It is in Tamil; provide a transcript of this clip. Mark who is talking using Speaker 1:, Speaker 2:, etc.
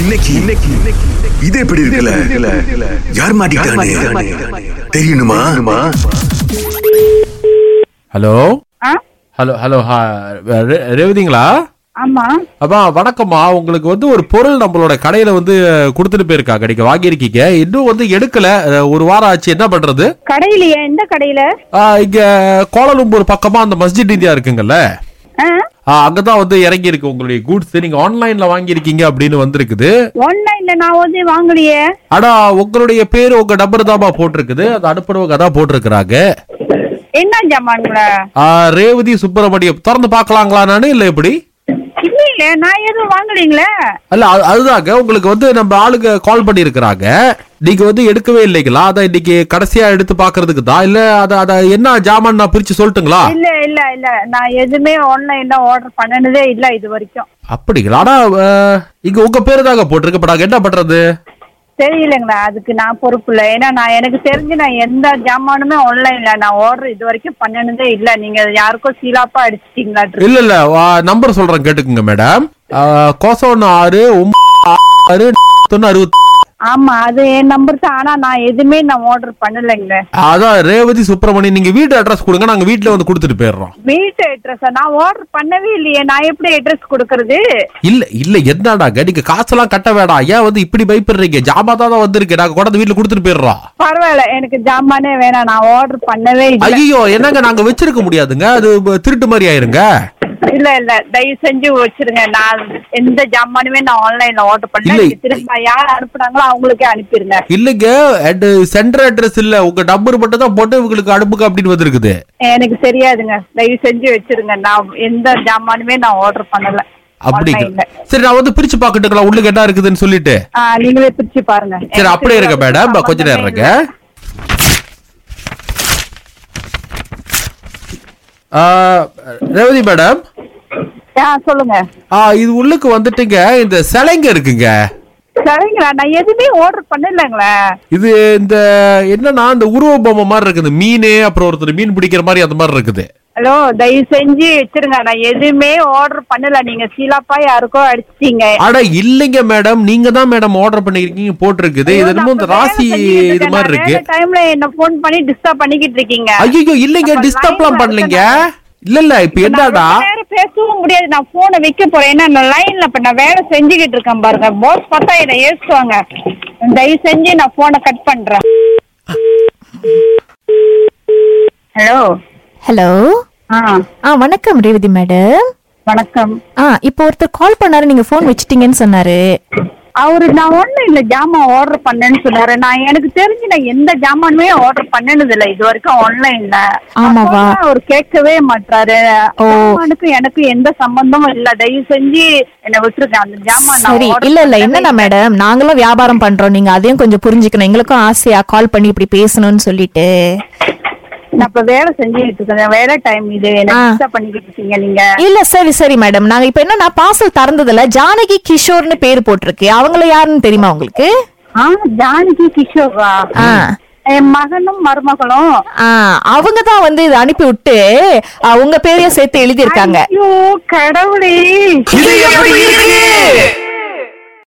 Speaker 1: இன்னைக்கு இன்னைக்கு இது எப்படி இருக்குல்ல யார் மாட்டிக்கிட்டானே தெரியணுமா
Speaker 2: ஹலோ
Speaker 3: ஆ
Speaker 2: ஹலோ ஹலோ ரேவதிங்களா
Speaker 3: ஆமா
Speaker 2: அப்பா வணக்கம்மா உங்களுக்கு வந்து ஒரு பொருள் நம்மளோட கடையில வந்து கொடுத்துட்டு போயிருக்காங்க நீங்க வாங்கியிருக்கீங்க இன்னும் வந்து எடுக்கல அஹ், ஒரு வாரம் ஆச்சு என்ன பண்றது
Speaker 3: கடையிலயா எந்த கடையில
Speaker 2: ஆ, இங்க கோலாலம்பூர் பக்கமா அந்த மஸ்ஜித் இந்தியா இருக்குங்கல்ல
Speaker 3: ஆ
Speaker 2: ஆ, அங்கதான் வந்து இறங்கி இருக்கு உங்களுடைய கூட்ஸ் நீங்க ஆன்லைன்ல வாங்கியிருக்கீங்க அப்படின்னு வந்திருக்குது
Speaker 3: ஆன்லைன்ல நான் வந்து வாங்கலையே
Speaker 2: ஆனா உங்களுடைய பேரு உங்க நம்பர் தான்ப்பா போட்டிருக்குது அது அனுப்புறவங்க தான் போட்டிருக்கிறாங்க
Speaker 3: என்ன ஜாமான்ல
Speaker 2: ஆ, ரேவதி சுப்பிரமணியம் திறந்து பார்க்கலாங்களா நானு இல்ல எப்படி
Speaker 3: இல்ல நான் எதுவும் வாங்கலீங்களே
Speaker 2: அல்ல அது- அதுதாங்க உங்களுக்கு வந்து நம்ம ஆளுங்க கால் பண்ணியிருக்கிறாங்க நீங்க வந்து எடுக்கவே இல்லைங்களா அதான் இன்னைக்கு கடைசியா எடுத்து பாக்குறதுக்கு தான் இல்ல அத அத என்ன ஜாமான் நான் பிரிச்சு சொல்லட்டுங்களா
Speaker 3: இல்ல இல்ல இல்ல நான் எதுவுமே ஆன்லைன்ல ஆர்டர் பண்ணினதே இல்ல இது வரைக்கும்
Speaker 2: அப்படிங்களா ஆனா அஹ், இங்க உங்க பேரு தாங்க போட்டிருக்கு இப்ப நாங்க என்ன பண்றது
Speaker 3: தெரியலங்களா அதுக்கு நான் பொறுப்பு இல்லை ஏன்னா நான் எனக்கு தெரிஞ்சு நான் எந்த ஜாமானுமே ஆன்லைன்ல நான் ஆர்டர் இது வரைக்கும் பண்ணினதே இல்ல நீங்க யாருக்கோ சீலாப்பா அடிச்சிட்டீங்களா
Speaker 2: இல்ல இல்ல நம்பர் சொல்றேன் கேட்டுக்குங்க மேடம் கோசோன்னு ஆறு ஒன்பது ஆறு தொண்ணூறு அறுபத்தி
Speaker 3: ஆமா அது என் நம்பர் தான் ஆனா நான் எதுவுமே நான் ஆர்டர் பண்ணலைங்களே
Speaker 2: அதான் ரேவதி சுப்பிரமணியன் நீங்க வீட்டு அட்ரஸ் கொடுங்க நாங்க வீட்டுல வந்து கொடுத்துட்டு போயிடுறோம்
Speaker 3: வீட்டு அட்ரஸ் நான் ஆர்டர் பண்ணவே இல்லையே நான் எப்படி அட்ரஸ் கொடுக்கறது
Speaker 2: இல்ல இல்ல என்னடாங்க நீங்க காசெல்லாம் கட்ட வேண்டாம் ஏன் வந்து இப்படி பயப்படுறீங்க ஜாமா தான் வந்திருக்கு நாங்க கொண்டாந்து வீட்டுல கொடுத்துட்டு போயிடுறோம்
Speaker 3: பரவாயில்ல எனக்கு ஜாமானே வேணாம் நான் ஆர்டர் பண்ணவே இல்ல
Speaker 2: ஐயோ என்னங்க நாங்க வச்சிருக்க முடியாதுங்க அது ப- திருட்டு மாதிரி ஆயிருங்க
Speaker 3: இல்ல இல்ல தயவு செஞ்சு வச்சிருங்க நான் எந்த ஜாமானுமே நான் ஆன்லைன்ல ஆர்டர்
Speaker 2: இல்லை.
Speaker 3: பண்ணேன் திரும்ப யார் அனுப்புனாங்களோ அவங்களுக்கே அனுப்பிடுங்க
Speaker 2: இல்லைங்க சென்டர் அட்ரஸ் இல்ல உங்க நம்பர் மட்டும் தான் போட்டு உங்களுக்கு அனுப்புங்க அப்படின்னு வந்திருக்குது
Speaker 3: எனக்கு தெரியாதுங்க தயவு செஞ்சு வச்சிருங்க நான் எந்த ஜாமானுமே நான் ஆர்டர் பண்ணல
Speaker 2: அப்படிங்க
Speaker 3: Online-ல.
Speaker 2: சரி நான் வந்து பிரிச்சு பாக்கட்டுங்களா உள்ளுக்கு என்ன இருக்குதுன்னு சொல்லிட்டு
Speaker 3: ஆ, நீங்களே பிரிச்சு பாருங்க
Speaker 2: சரி
Speaker 3: எனக்கு
Speaker 2: அப்படியே இருங்க
Speaker 3: தெரியாது,
Speaker 2: மேடம் கொஞ்ச நேரம்
Speaker 3: சம்பந்தமே
Speaker 2: இருங்க
Speaker 3: இல்லை.
Speaker 2: ஆ, ரேவதி மேடம்
Speaker 3: ஆ சொல்லுங்க
Speaker 2: ஆ, இது உள்ளுக்கு வந்துட்டுங்க இந்த சிலைங்க இருக்குங்க
Speaker 3: சரிங்களா நான் எதுவுமே ஆர்டர் பண்ணலங்களே
Speaker 2: இது இந்த என்னன்னா இந்த உருவ பொம்மை மாதிரி இருக்குது மீன் அப்புறம் ஒருத்தர் மீன் பிடிக்கிற மாதிரி அந்த மாதிரி இருக்குது
Speaker 3: ஹலோ தயவு செஞ்சு வச்சிருங்க நான் எதுவுமே ஆர்டர் பண்ணல நீங்க சீலாப்பா யாருக்கோ அடிச்சிட்டீங்க
Speaker 2: ஆனா இல்லைங்க மேடம் நீங்க தான் மேடம் ஆர்டர் பண்ணிருக்கீங்க போட்டிருக்குது இது என்னமோ இந்த ராசி இது மாதிரி இருக்கு
Speaker 3: டைம்ல என்ன ஃபோன் பண்ணி டிஸ்டர்ப் பண்ணிக்கிட்டு இருக்கீங்க
Speaker 2: ஐயோ இல்லைங்க
Speaker 3: அப்ப
Speaker 2: டிஸ்டர்ப்லாம்
Speaker 3: line-ல
Speaker 2: பண்ணலைங்க
Speaker 3: இருக்கேன்
Speaker 2: இல்ல இல்ல இப்ப
Speaker 3: நான்
Speaker 2: என்னடா
Speaker 3: ரொம்ப நேரம் பேசவும் முடியாது நான் போனை வைக்க போறேன் ஏன்னா நான் லைன்ல இப்ப நான் வேலை செஞ்சுக்கிட்டு இருக்கேன் பாருங்க போஸ் பார்த்தா என்ன ஏசுவாங்க தயவு செஞ்சு நான் போனை கட் பண்றேன் ஹலோ
Speaker 4: ஹலோ
Speaker 3: ஆ
Speaker 4: ஆ வணக்கம் ரேவதி மேடம்
Speaker 3: வணக்கம்
Speaker 4: ஆ இப்போ ஒருத்தர் கால் பண்ணாரு நீங்க ஃபோன் வச்சிட்டீங்கன்னு சொன்னாரு
Speaker 3: அவரு நான் ஒண்ணும் இல்ல ஜாமான் ஆர்டர் பண்ணேன்னு சொன்னாரு நான் எனக்கு தெரிஞ்சு நான் எந்த ஜாமானுமே ஆர்டர் பண்ணனது இல்ல இது வரைக்கும் ஆன்லைன்ல
Speaker 4: ஆமாவா?
Speaker 3: அவர் கேட்கவே மாட்டாரு
Speaker 4: ஓ.
Speaker 3: ஜாமானுக்கு எனக்கு எந்த சம்பந்தமும் இல்ல தயவு செஞ்சு என்ன விட்டுருங்க அந்த ஜாமான் நான்
Speaker 4: சரி
Speaker 3: order
Speaker 4: இல்ல இல்ல
Speaker 3: பண்ணவே
Speaker 4: என்னடா
Speaker 3: இல்ல.
Speaker 4: மேடம் நாங்களும் வியாபாரம் பண்றோம் நீங்க அதையும் கொஞ்சம் புரிஞ்சுக்கணும் எங்களுக்கும் ஆசையா கால் பண்ணி இப்படி பேசணும்னு சொல்லிட்டு
Speaker 3: நான் இப்ப வேலை செஞ்சுட்டு இருக்கேன் வேலை டைம் இது
Speaker 4: ஆ.
Speaker 3: என்ன பண்ணிக்கிட்டு இருக்கீங்க நீங்க
Speaker 4: இல்ல சரி சரி மேடம் நாங்க இப்ப என்னன்னா பார்சல் திறந்ததுல ஜானகி கிஷோர்னு பேர் போட்டிருக்கு அவங்கள யாருன்னு தெரியுமா உங்களுக்கு
Speaker 3: ஆ ஜானகி கிஷோரா
Speaker 4: ஆ.
Speaker 3: என் மகனும் மருமகளும்
Speaker 4: ஆ அவங்க தான் வந்து இதை அனுப்பி விட்டு ஆ, உங்க பேரையும் சேர்த்து எழுதியிருக்காங்க
Speaker 3: ஐயோ கடவுளே
Speaker 2: இது எப்படி இருக்கு